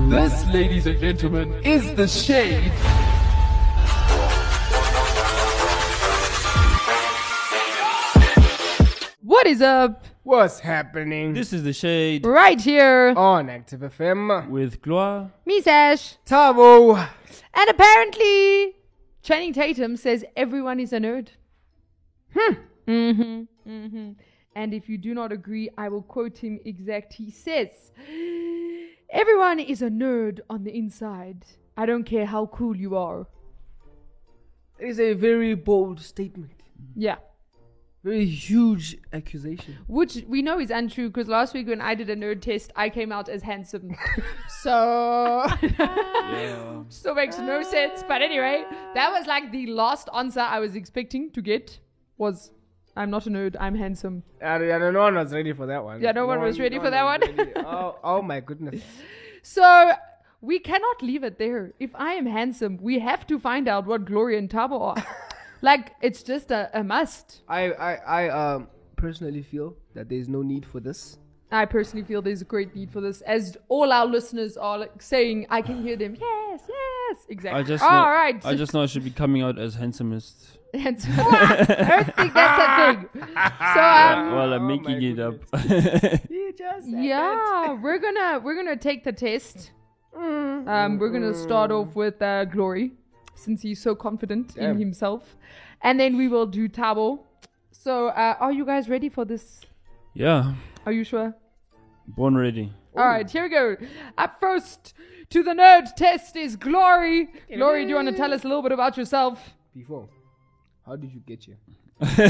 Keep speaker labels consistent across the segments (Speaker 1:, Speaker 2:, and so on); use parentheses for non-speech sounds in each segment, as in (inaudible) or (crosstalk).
Speaker 1: This, ladies and gentlemen, is the shade.
Speaker 2: What is up?
Speaker 3: What's happening
Speaker 4: This is the shade
Speaker 2: Right here,
Speaker 3: on Active FM?
Speaker 4: with Gloire.
Speaker 2: me Sash.
Speaker 3: Tavo,
Speaker 2: And apparently, Channing Tatum says everyone is a nerd. Hmm. Mm-hmm. Mm-hmm. And if you do not agree, I will quote him exact. He says, "Everyone is a nerd on the inside. I don't care how cool you are."
Speaker 3: it is a very bold statement,
Speaker 2: Yeah.
Speaker 3: very huge accusation.
Speaker 2: Which we know is untrue because last week when I did a nerd test, I came out as handsome. so, still makes no sense. But anyway, that was like the last answer I was expecting to get was, "I'm not a nerd. I'm handsome."
Speaker 3: I don't, I don't know. No one was ready for that one.
Speaker 2: Yeah, no one was ready for that
Speaker 3: was
Speaker 2: one.
Speaker 3: ready. oh, oh my goodness!
Speaker 2: So we cannot leave it there. If I am handsome, we have to find out what Gloria and Tabo are. like it's just a, a must.
Speaker 3: I, I, I um, personally feel that there is no need for this.
Speaker 2: I personally feel there's a great need for this, as all our listeners are like, saying. I can hear them. Yes, yes, exactly.
Speaker 4: I just
Speaker 2: all
Speaker 4: know,
Speaker 2: right.
Speaker 4: I
Speaker 2: (laughs)
Speaker 4: just know I should be coming out as handsomest.
Speaker 2: And so- I don't think that's a thing.
Speaker 4: (laughs)
Speaker 2: So um,
Speaker 4: well, I'm
Speaker 3: oh my
Speaker 4: making it up.
Speaker 3: You just
Speaker 2: yeah, we're gonna we're gonna take the test. Um, we're gonna start off with uh, Glory, since he's so confident in
Speaker 3: Damn.
Speaker 2: himself, and then we will do Tabo. So, uh, are you guys ready for this?
Speaker 4: (laughs) yeah,
Speaker 2: Are you sure?
Speaker 4: born ready.
Speaker 2: All right, here we go. Up first to the nerd test is Glory. Glory, do you want to tell us a little bit about yourself?
Speaker 3: Before, how did you get here?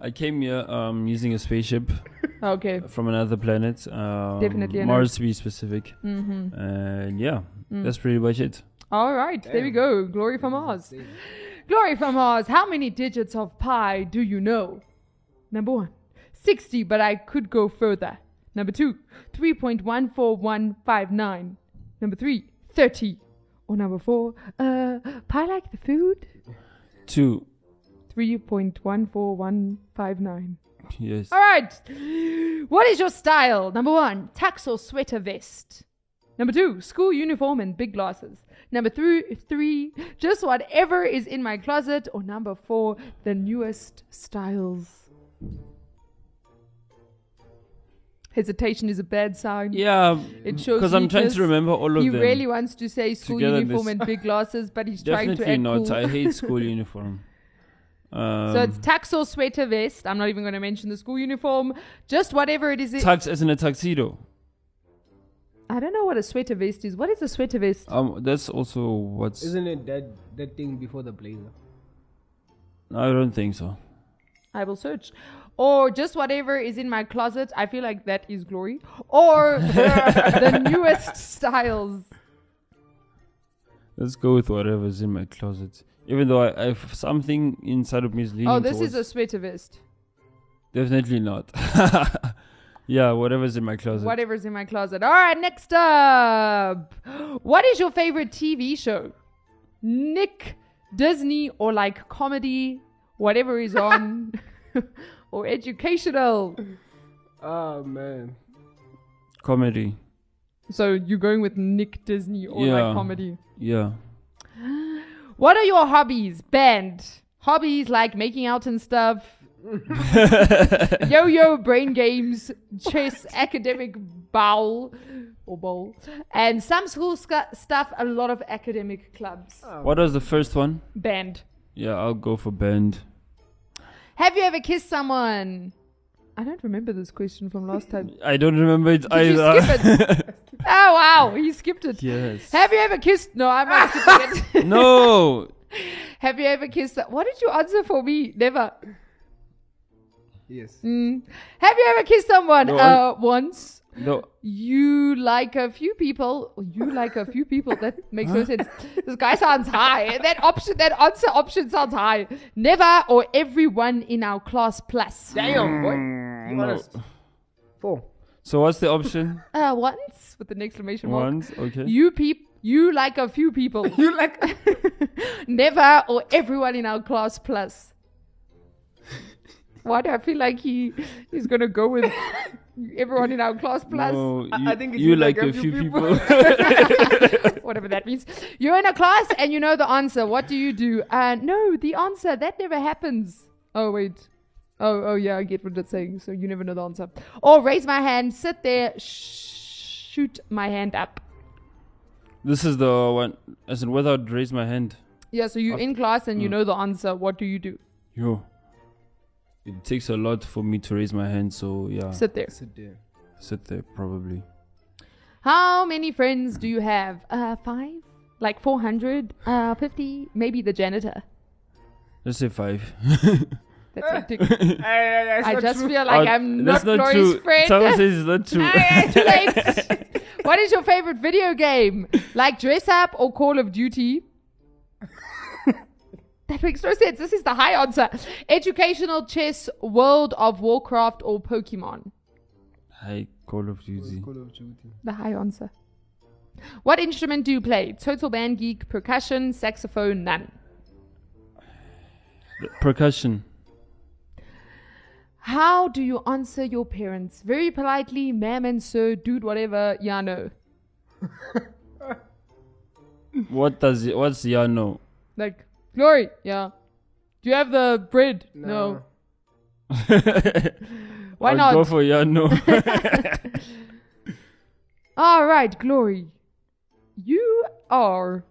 Speaker 4: I came here um, using a spaceship
Speaker 2: Okay.
Speaker 4: from another planet. Um,
Speaker 2: Definitely a nerd.
Speaker 4: Mars to be specific. Mm-hmm. And yeah,
Speaker 2: Mm.
Speaker 4: that's pretty much it.
Speaker 2: All right, there we go. Glory from Oz. Glory from Oz. How many digits of pi do you know? Number one, 60, but I could go further. Number two, 3.14159. Number three, 30. Or number four, uh, pi like the food?
Speaker 4: Two.
Speaker 2: 3.14159.
Speaker 4: Yes.
Speaker 2: All right. What is your style? Number one, tux or sweater vest. Number two, school uniform and big glasses. Number three, three, just whatever is in my closet. Or number four, the newest styles. Hesitation is a bad sign.
Speaker 4: Yeah,
Speaker 2: It shows
Speaker 4: because I'm trying
Speaker 2: weakness.
Speaker 4: to remember all of
Speaker 2: He
Speaker 4: them.
Speaker 2: really wants to say school
Speaker 4: Together
Speaker 2: uniform
Speaker 4: this-
Speaker 2: and big glasses, but he's trying to
Speaker 4: Definitely
Speaker 2: act
Speaker 4: not.
Speaker 2: cool.
Speaker 4: I hate school uniform. Um,
Speaker 2: (laughs) so it's tux or sweater vest. I'm not even going to mention the school uniform. Just whatever it is. it-
Speaker 4: tux as in a tuxedo.
Speaker 2: I don't know what a sweater vest is. What is a sweater vest?
Speaker 4: Um, that's also what's.
Speaker 3: Isn't it that that thing before the blazer?
Speaker 4: I don't think so.
Speaker 2: I will search. Or just whatever is in my closet. I feel like that is glory. Or the newest styles.
Speaker 4: Let's go with whatever's in my closet. Even though I, I have something inside of me is leaning
Speaker 2: Oh, this is
Speaker 4: towards-
Speaker 2: a sweater vest.
Speaker 4: definitely not. (laughs) yeah, whatever's in my closet.
Speaker 2: Whatever's in my closet. All right, next up. What is your favorite TV show? Nick, Disney, or like comedy, whatever is on, or educational.
Speaker 3: Oh man,
Speaker 4: Comedy.
Speaker 2: So you're going with Nick, Disney, or
Speaker 4: Yeah.
Speaker 2: like comedy?
Speaker 4: Yeah.
Speaker 2: What are your hobbies? Band. Hobbies like making out
Speaker 4: (laughs)
Speaker 2: and stuff. Yo yo brain games,
Speaker 4: (laughs)
Speaker 2: chess, academic bowl or bowl, and some school sc- stuff, a lot of academic clubs.
Speaker 4: What was the first one?
Speaker 2: Band.
Speaker 4: Yeah, I'll go for band.
Speaker 2: Have you ever kissed someone? I don't remember this question from last time.
Speaker 4: (laughs) I don't remember it
Speaker 2: Did you
Speaker 4: either.
Speaker 2: skip it? oh wow, he skipped
Speaker 4: (laughs)
Speaker 2: it.
Speaker 4: yes.
Speaker 2: Have you ever kissed? No, I'm not skipping
Speaker 4: (laughs)
Speaker 2: it.
Speaker 4: no.
Speaker 2: Have you ever kissed? What did you answer for me? Never.
Speaker 3: yes.
Speaker 2: Mm. Have you ever kissed someone?
Speaker 4: No, I-
Speaker 2: uh, once.
Speaker 4: No.
Speaker 2: You like a few people. You like a few people. That
Speaker 4: (laughs)
Speaker 2: makes no sense. This guy sounds high. That option, that answer option sounds high. Never or everyone in our class plus.
Speaker 3: Damn, boy. You
Speaker 4: no.
Speaker 2: Mm,
Speaker 3: honest. Four.
Speaker 4: So what's the option?
Speaker 2: Uh, once with an exclamation mark.
Speaker 4: Once. Okay.
Speaker 2: You peep. You like a few people.
Speaker 4: (laughs)
Speaker 3: You (laughs) like?
Speaker 2: Never or everyone in our class plus. Why do I feel like he is going to go with everyone in our class plus
Speaker 4: No, you,
Speaker 3: I- I think it's
Speaker 4: you
Speaker 3: you
Speaker 4: like
Speaker 3: like
Speaker 4: a
Speaker 3: a
Speaker 4: few
Speaker 3: few
Speaker 4: people. (laughs)
Speaker 2: whatever that means? You're in a class and you know the answer. What do you do? Uh, no, the answer that never happens. Oh wait. Oh oh yeah, I get what that's saying. So you never know the answer. Or raise my hand, sit there, sh- shoot my hand up.
Speaker 4: this is the one. I said without raise my hand.
Speaker 2: Yeah, so you're in class and
Speaker 4: Mm.
Speaker 2: you know the answer. What do you do?
Speaker 4: Yo, it takes a lot for me to raise my hand. So yeah, sit,
Speaker 2: Sit there.
Speaker 3: Sit there.
Speaker 2: (laughs)
Speaker 4: there probably.
Speaker 2: How many friends do you have? Uh, five? Like 400? Uh, 50? Maybe the janitor.
Speaker 4: Let's say five. (laughs)
Speaker 2: That's ridiculous. I just feel (laughs) like
Speaker 4: Uh,
Speaker 2: I'm
Speaker 4: that's
Speaker 2: not, Laurie's
Speaker 4: true.
Speaker 2: friend.
Speaker 4: Someone says it's not true.
Speaker 2: Ah, too late. what is your favorite video game? Like Dress Up or Call of Duty? (laughs) that makes no sense. This is the high answer. Educational chess, World of Warcraft, or Pokemon?
Speaker 4: Hi, Call of Duty.
Speaker 3: Call of Duty.
Speaker 2: The high answer. What instrument do you play? Total band geek, percussion, saxophone, none.
Speaker 4: Percussion.
Speaker 2: How do you answer your parents? Very politely, ma'am and sir, dude, whatever, yeah, no.
Speaker 4: What does it? What's
Speaker 2: (laughs)
Speaker 4: Yano?
Speaker 2: Like, Glory, yeah. Do you have the bread? No. Why
Speaker 4: I'll
Speaker 2: not?
Speaker 4: Go for
Speaker 2: (laughs)
Speaker 4: Yano.
Speaker 2: All right, Glory. You are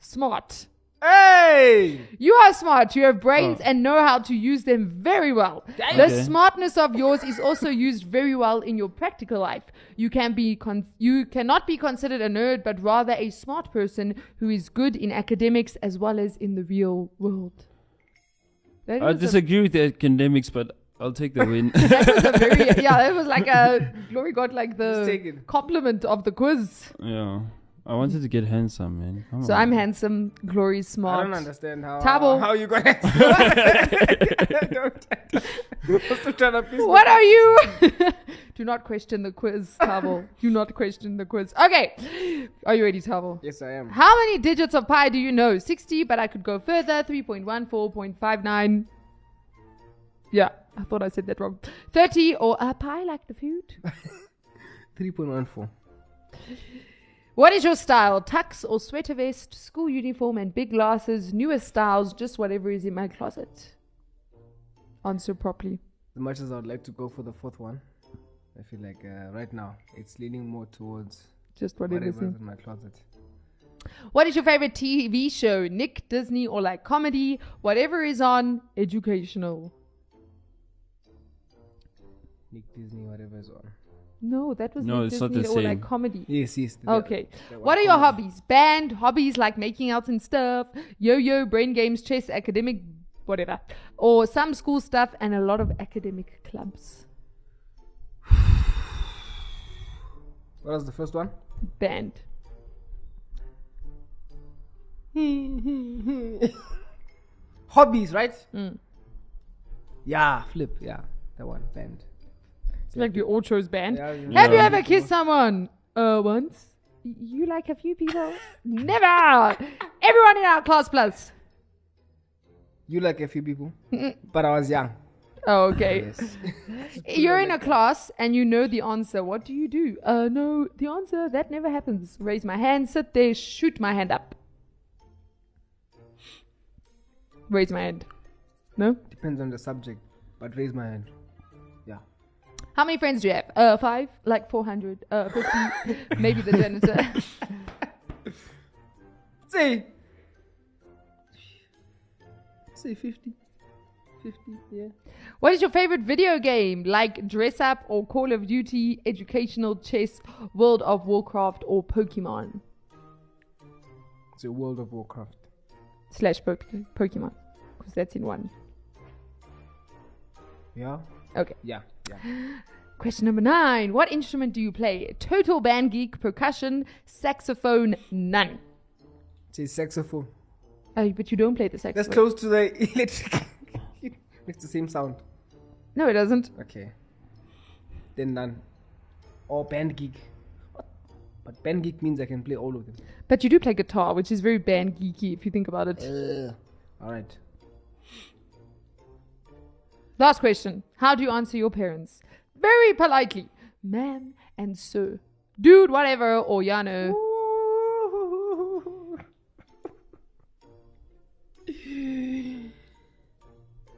Speaker 2: smart.
Speaker 3: Hey!
Speaker 2: You are smart. You have brains
Speaker 4: Oh.
Speaker 2: and know how to use them very well. The
Speaker 4: Okay.
Speaker 2: smartness of yours is also used very well in your practical life. You can be con- you cannot be considered a nerd, but rather a smart person who is good in academics as well as in the real world. That
Speaker 4: I
Speaker 2: is a-
Speaker 4: disagree with the academics, but I'll take the
Speaker 2: (laughs)
Speaker 4: win.
Speaker 2: that was a very yeah. That was
Speaker 4: (laughs)
Speaker 2: like a Glory got like
Speaker 3: Just take
Speaker 2: the
Speaker 3: it.
Speaker 2: compliment of the quiz.
Speaker 4: yeah, I wanted to get handsome, man. Come
Speaker 2: So
Speaker 4: on.
Speaker 2: I'm handsome, Glory's
Speaker 3: I
Speaker 2: smart.
Speaker 3: don't understand how
Speaker 2: Tabo.
Speaker 3: how you
Speaker 2: (laughs)
Speaker 3: gonna. I (laughs) don't- I'm still trying to piece
Speaker 2: What are you? (laughs) Do not question the quiz, Tavo. Do not question the quiz. Okay, are you ready, Tavo?
Speaker 3: Yes, I am.
Speaker 2: How many digits of pi do you know? 60, but I could go further. 3.14.59. Yeah, I thought I said that wrong. 30 or a pi like the food?
Speaker 3: Three point one four.
Speaker 2: What is your style? Tux or sweater vest, school uniform and big glasses, newest styles, just whatever is in my closet? Answer properly.
Speaker 3: As much as I'd like to go for the fourth one, I feel like uh, right now it's leaning more towards
Speaker 2: Just whatever is
Speaker 3: whatever's
Speaker 2: in.
Speaker 3: in my closet.
Speaker 2: What is your favorite TV show? Nick, Disney, or like comedy? Whatever is on, educational.
Speaker 3: Nick Disney, whatever is on.
Speaker 2: No, that was
Speaker 4: No,
Speaker 2: Nick
Speaker 4: it's not
Speaker 2: Disney
Speaker 4: the
Speaker 2: or like
Speaker 4: same.
Speaker 2: comedy.
Speaker 3: Yes, yes. the-
Speaker 2: Okay.
Speaker 3: that
Speaker 2: What
Speaker 3: one
Speaker 2: are your
Speaker 3: comedy.
Speaker 2: hobbies? Band, hobbies like making out and stuff, yo yo, brain games, chess, academic, whatever. Or some school stuff and a lot of academic clubs.
Speaker 3: What was the first one?
Speaker 2: Band.
Speaker 3: Hobbies, right?
Speaker 2: Mm.
Speaker 3: Yeah, flip. Yeah, that one. Band.
Speaker 2: It's like we all chose band.
Speaker 3: Yeah, yeah.
Speaker 2: Have you
Speaker 4: Yeah.
Speaker 2: ever kissed someone? Uh, once. Y- You like a
Speaker 3: (laughs)
Speaker 2: few people? Never. Everyone in our class plus.
Speaker 3: You like a few people,
Speaker 2: Mm.
Speaker 3: but I was young.
Speaker 2: Oh, okay.
Speaker 3: Yes.
Speaker 2: You're in a class and you know the answer. What do you do? Uh, no, the answer that never happens. Raise my hand. Sit there. Shoot my hand up. Raise my hand. No.
Speaker 3: Depends on the subject, but raise my hand. Yeah.
Speaker 2: How many friends do you have? Uh, five, like four hundred. Uh, (laughs) fifty. maybe the janitor.
Speaker 3: Say. Say 50. 50, yeah.
Speaker 2: What is your favorite video game? Like Dress Up or Call of Duty, Educational Chess, World of Warcraft, or Pokemon?
Speaker 3: It's a World of Warcraft.
Speaker 2: Slash po- Pokemon. Because that's in one.
Speaker 3: Yeah.
Speaker 2: Okay.
Speaker 3: Yeah. Yeah.
Speaker 2: Question number nine. What instrument do you play? Total band geek, percussion, saxophone, none.
Speaker 3: Say saxophone.
Speaker 2: Oh, but you don't play the saxophone.
Speaker 3: That's close to the (laughs) electric. it's the same sound.
Speaker 2: No, it doesn't.
Speaker 3: Okay. Then none. Or band geek. But band geek means I can play all of them.
Speaker 2: But you do play guitar, which is very band geeky if you think about it.
Speaker 3: All right.
Speaker 2: Last question. How do you answer your parents? Very politely. Ma'am and sir. Dude, whatever, or Yano.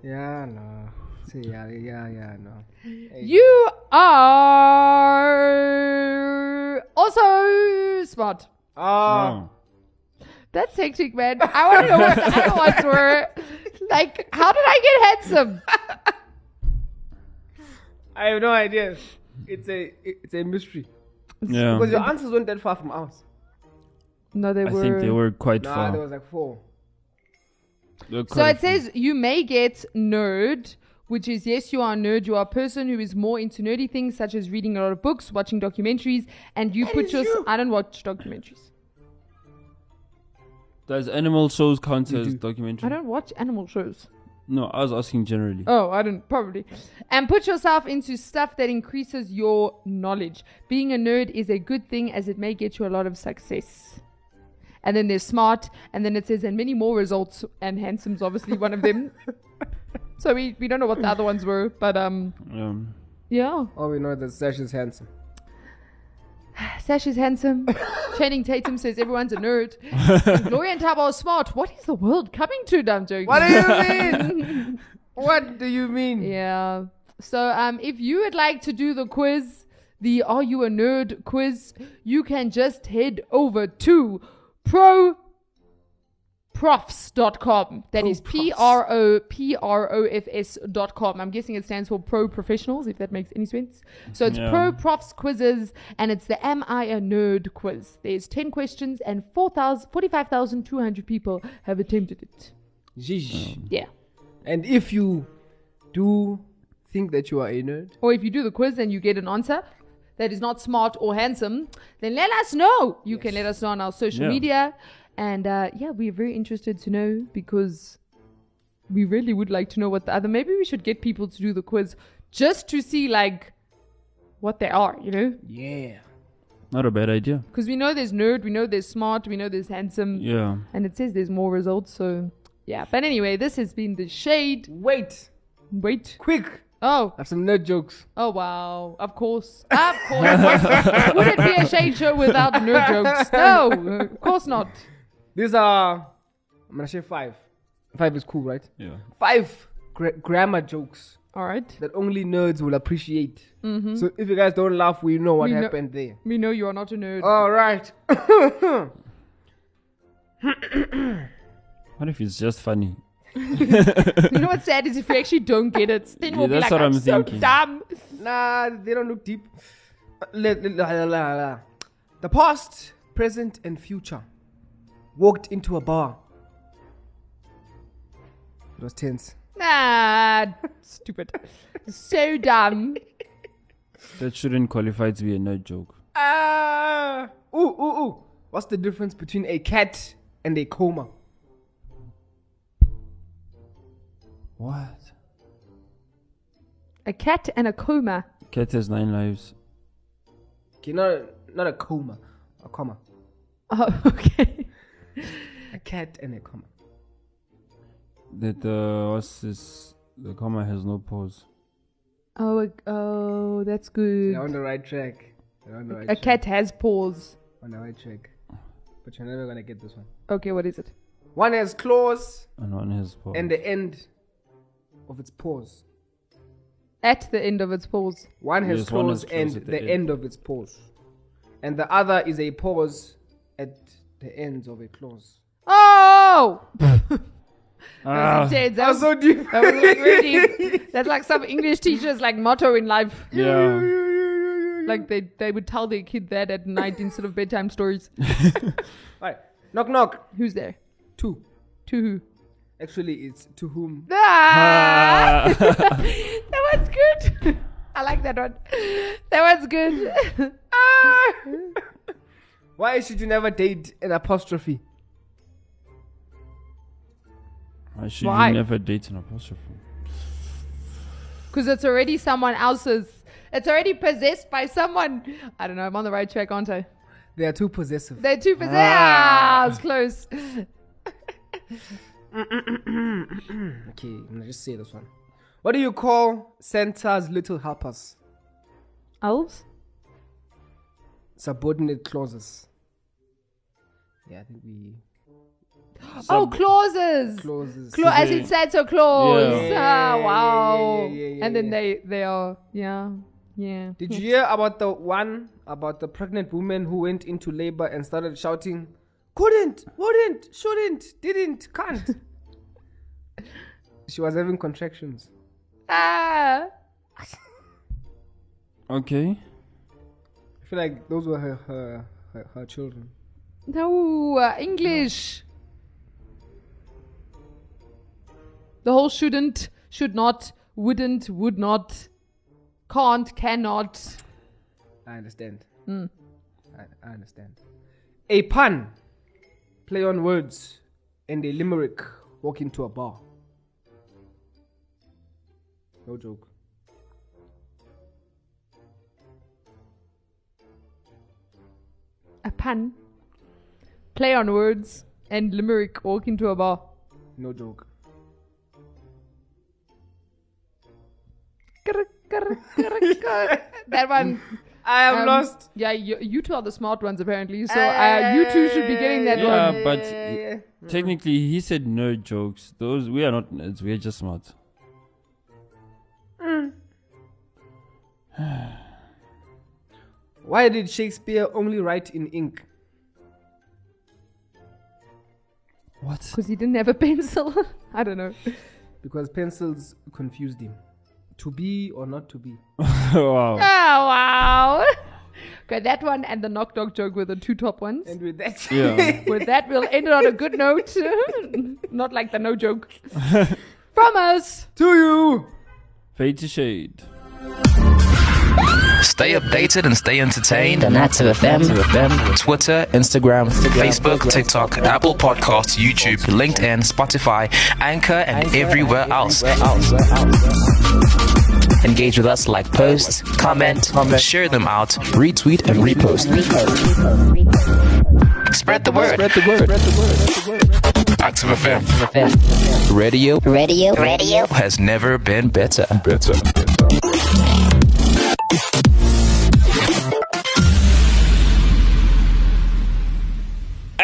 Speaker 3: Yeah, no. See, yeah, yeah, yeah, no.
Speaker 2: You are also smart.
Speaker 3: Ah,
Speaker 4: Oh.
Speaker 2: That's hectic, man. I want to know what the other ones were. Like, how did I get handsome?
Speaker 3: I have no idea. It's a it's a mystery
Speaker 4: Yeah.
Speaker 3: because your answers weren't that far from ours.
Speaker 2: No, they
Speaker 4: I
Speaker 2: were.
Speaker 4: think they were quite
Speaker 3: Nah,
Speaker 4: far.
Speaker 3: there was like four.
Speaker 4: They were
Speaker 2: So
Speaker 4: quite
Speaker 2: it
Speaker 4: far.
Speaker 2: says you may get nerd, which is yes, you are a nerd. You are a person who is more into nerdy things such as reading a lot of books, watching documentaries, and you put
Speaker 3: is
Speaker 2: your.
Speaker 3: you.
Speaker 2: I don't watch documentaries.
Speaker 4: Does animal shows count as
Speaker 3: do.
Speaker 4: documentary?
Speaker 2: I don't watch animal shows.
Speaker 4: No, I was asking generally.
Speaker 2: Oh, I don't probably. And put yourself into stuff that increases your knowledge. Being a nerd is a good thing as it may get you a lot of success. And then there's smart, and then it says, and many more results, and handsome's obviously one of them. So we, we don't know what the other ones were, but um
Speaker 4: Um,
Speaker 2: yeah.
Speaker 3: Oh, we know that Sash is handsome.
Speaker 2: Sash is handsome. Channing Tatum says everyone's
Speaker 3: (laughs)
Speaker 2: a nerd. And Gloria and Tabo are smart. What is the world coming to? No, I'm joking.
Speaker 3: (laughs) What do you
Speaker 2: (laughs)
Speaker 3: mean? what do you mean?
Speaker 2: Yeah. So um, if you would like to do the quiz, the Are You a Nerd quiz, you can just head over to proprofs.com. That is P R O P R O F S dot com. I'm guessing it stands for pro professionals, if that makes any sense. So it's
Speaker 4: Yeah.
Speaker 2: pro profs quizzes, and it's the Am I a Nerd quiz. There's 10 questions, and 4,000 45,200 people have attempted it.
Speaker 3: Jeez.
Speaker 2: Yeah.
Speaker 3: And if you do think that you are a nerd,
Speaker 2: or if you do the quiz and you get an answer that is not smart or handsome, then let us know. You can let us know on our social
Speaker 4: Yeah.
Speaker 2: media. And uh, yeah, we're very interested to know because we really would like to know what the other. Maybe we should get people to do the quiz just to see like what they are, you know?
Speaker 3: yeah.
Speaker 4: not a bad idea.
Speaker 2: Because we know there's nerd, we know there's smart, we know there's handsome,
Speaker 4: Yeah.
Speaker 2: and it says there's more results. So yeah. But anyway, this has been the shade.
Speaker 3: Wait,
Speaker 2: Wait.
Speaker 3: quick.
Speaker 2: Oh.
Speaker 3: I have some nerd jokes.
Speaker 2: Oh wow! Of course, of
Speaker 4: (laughs)
Speaker 2: course. Would it be a shade show without nerd jokes? No, of course not.
Speaker 3: These are. I'm gonna share five. Five is cool, right?
Speaker 4: Yeah.
Speaker 3: Five gra- grammar jokes
Speaker 2: All right,
Speaker 3: that only nerds will appreciate. So if you guys don't laugh, we know what
Speaker 2: Mm-hmm. We know-
Speaker 3: happened there.
Speaker 2: we know you are not a nerd.
Speaker 3: All right. (coughs)
Speaker 4: What if it's just funny?
Speaker 2: you know what's sad is if we actually don't get it, then
Speaker 4: Yeah,
Speaker 2: we'll be
Speaker 4: that's
Speaker 2: like,
Speaker 4: what
Speaker 2: I'm,
Speaker 4: I'm
Speaker 2: so
Speaker 4: thinking.
Speaker 2: dumb.
Speaker 3: nah, they don't look deep. Let- let- la- la- la- la. The past, present, and future walked into a bar. It was tense.
Speaker 2: Nah, stupid. So dumb.
Speaker 4: That shouldn't qualify to be a nerd joke.
Speaker 3: Ah! ooh, ooh, ooh. What's the difference between a cat and a coma?
Speaker 4: What?
Speaker 2: A cat and a coma.
Speaker 4: Cat has nine lives.
Speaker 3: Okay, not not a coma, a comma.
Speaker 2: Oh, (laughs) okay.
Speaker 3: A cat and a comma.
Speaker 4: That uh, what's this? The comma has no pause.
Speaker 2: Oh, a- oh, that's good.
Speaker 3: You're on the right track. You're on the right
Speaker 2: a
Speaker 3: track.
Speaker 2: cat has paws.
Speaker 3: On the right track. But you're never gonna get this one.
Speaker 2: Okay, what is it?
Speaker 3: One has claws
Speaker 4: And Oh, one has pause.
Speaker 3: and the end of its paws.
Speaker 2: At the end of its paws.
Speaker 3: One has
Speaker 4: Yes,
Speaker 3: claws
Speaker 4: one has claws
Speaker 3: and
Speaker 4: at
Speaker 3: the,
Speaker 4: the
Speaker 3: end.
Speaker 4: end.
Speaker 3: of its paws. And the other is a paws at the ends of a claws.
Speaker 2: Oh,
Speaker 4: Ah,
Speaker 2: That's intense. That
Speaker 3: That
Speaker 2: was-
Speaker 3: was so deep.
Speaker 2: That was like (laughs) really- that's like some English teacher's like motto in life.
Speaker 4: yeah.
Speaker 3: Um,
Speaker 2: Like they, they would tell their kid that at night instead of bedtime stories.
Speaker 3: Right. Knock knock.
Speaker 2: Who's there?
Speaker 3: Two.
Speaker 2: To who?
Speaker 3: Actually it's to whom
Speaker 2: (laughs) Ah!
Speaker 4: Ah.
Speaker 2: that one's good. I like that one. That one's good. (laughs) ah!
Speaker 3: Why should you never date an apostrophe?
Speaker 4: I should
Speaker 2: Why?
Speaker 4: never date an apostrophe.
Speaker 2: Because it's already someone else's. It's already possessed by someone. I don't know. I'm on the right track, aren't I?
Speaker 3: They are too possessive.
Speaker 2: They're too possessed. Ah, it's close.
Speaker 3: Okay, I'm gonna just say this one. What do you call Santa's little helpers?
Speaker 2: Elves?
Speaker 3: Subordinate clauses. Yeah, I think we
Speaker 2: oh, clauses.
Speaker 3: clauses.
Speaker 2: Cla- as it said, so claws.
Speaker 3: Yeah.
Speaker 2: Ah,
Speaker 3: Yeah,
Speaker 2: wow.
Speaker 3: yeah, yeah, yeah, yeah,
Speaker 2: and then
Speaker 3: yeah.
Speaker 2: they they are yeah yeah.
Speaker 3: Did you hear about the one about the pregnant woman who went into labor and started shouting, couldn't, wouldn't, shouldn't, didn't, can't? (laughs) she was having contractions.
Speaker 2: Ah.
Speaker 4: Okay.
Speaker 3: I feel like those were her her, her, her children.
Speaker 2: No, uh, English. The whole shouldn't, should not, wouldn't, would not, can't, cannot.
Speaker 3: I understand. I, I understand. A pun, play on words, and a limerick walk into a bar. No joke.
Speaker 2: A pun. Play on words and limerick walk into a bar.
Speaker 3: No joke. (laughs)
Speaker 2: Grr, grr,
Speaker 3: (laughs)
Speaker 2: grr, grr. that one.
Speaker 3: I am
Speaker 2: um,
Speaker 3: lost.
Speaker 2: Yeah, you, you two are the smart ones apparently, so uh, you two should be getting that
Speaker 4: Yeah,
Speaker 2: one.
Speaker 4: but technically, he said no jokes. Those we are not nerds. We are just smart.
Speaker 3: Why did Shakespeare only write in ink?
Speaker 4: What?
Speaker 2: Because he didn't have a (laughs) pencil. I don't know.
Speaker 3: Because pencils confused him. To be or not to be.
Speaker 4: (laughs) wow.
Speaker 2: Oh, wow. (laughs) okay, that one and the knock knock joke were the two top ones.
Speaker 3: And with that,
Speaker 4: Yeah.
Speaker 2: With that, we'll end it on a good note. (laughs) Not like the no joke. From us.
Speaker 3: to you.
Speaker 4: Fade to shade.
Speaker 5: Stay updated and stay entertained.
Speaker 6: The Nats of FM.
Speaker 5: Twitter, Instagram, Facebook, TikTok, Apple Podcasts, YouTube, LinkedIn, Spotify, Anchor, and everywhere else.
Speaker 6: Engage with us like post,
Speaker 5: Comment, share them out, retweet, and repost. Spread the word. Spread the word. Active FM radio
Speaker 6: radio, radio.
Speaker 5: has never been better.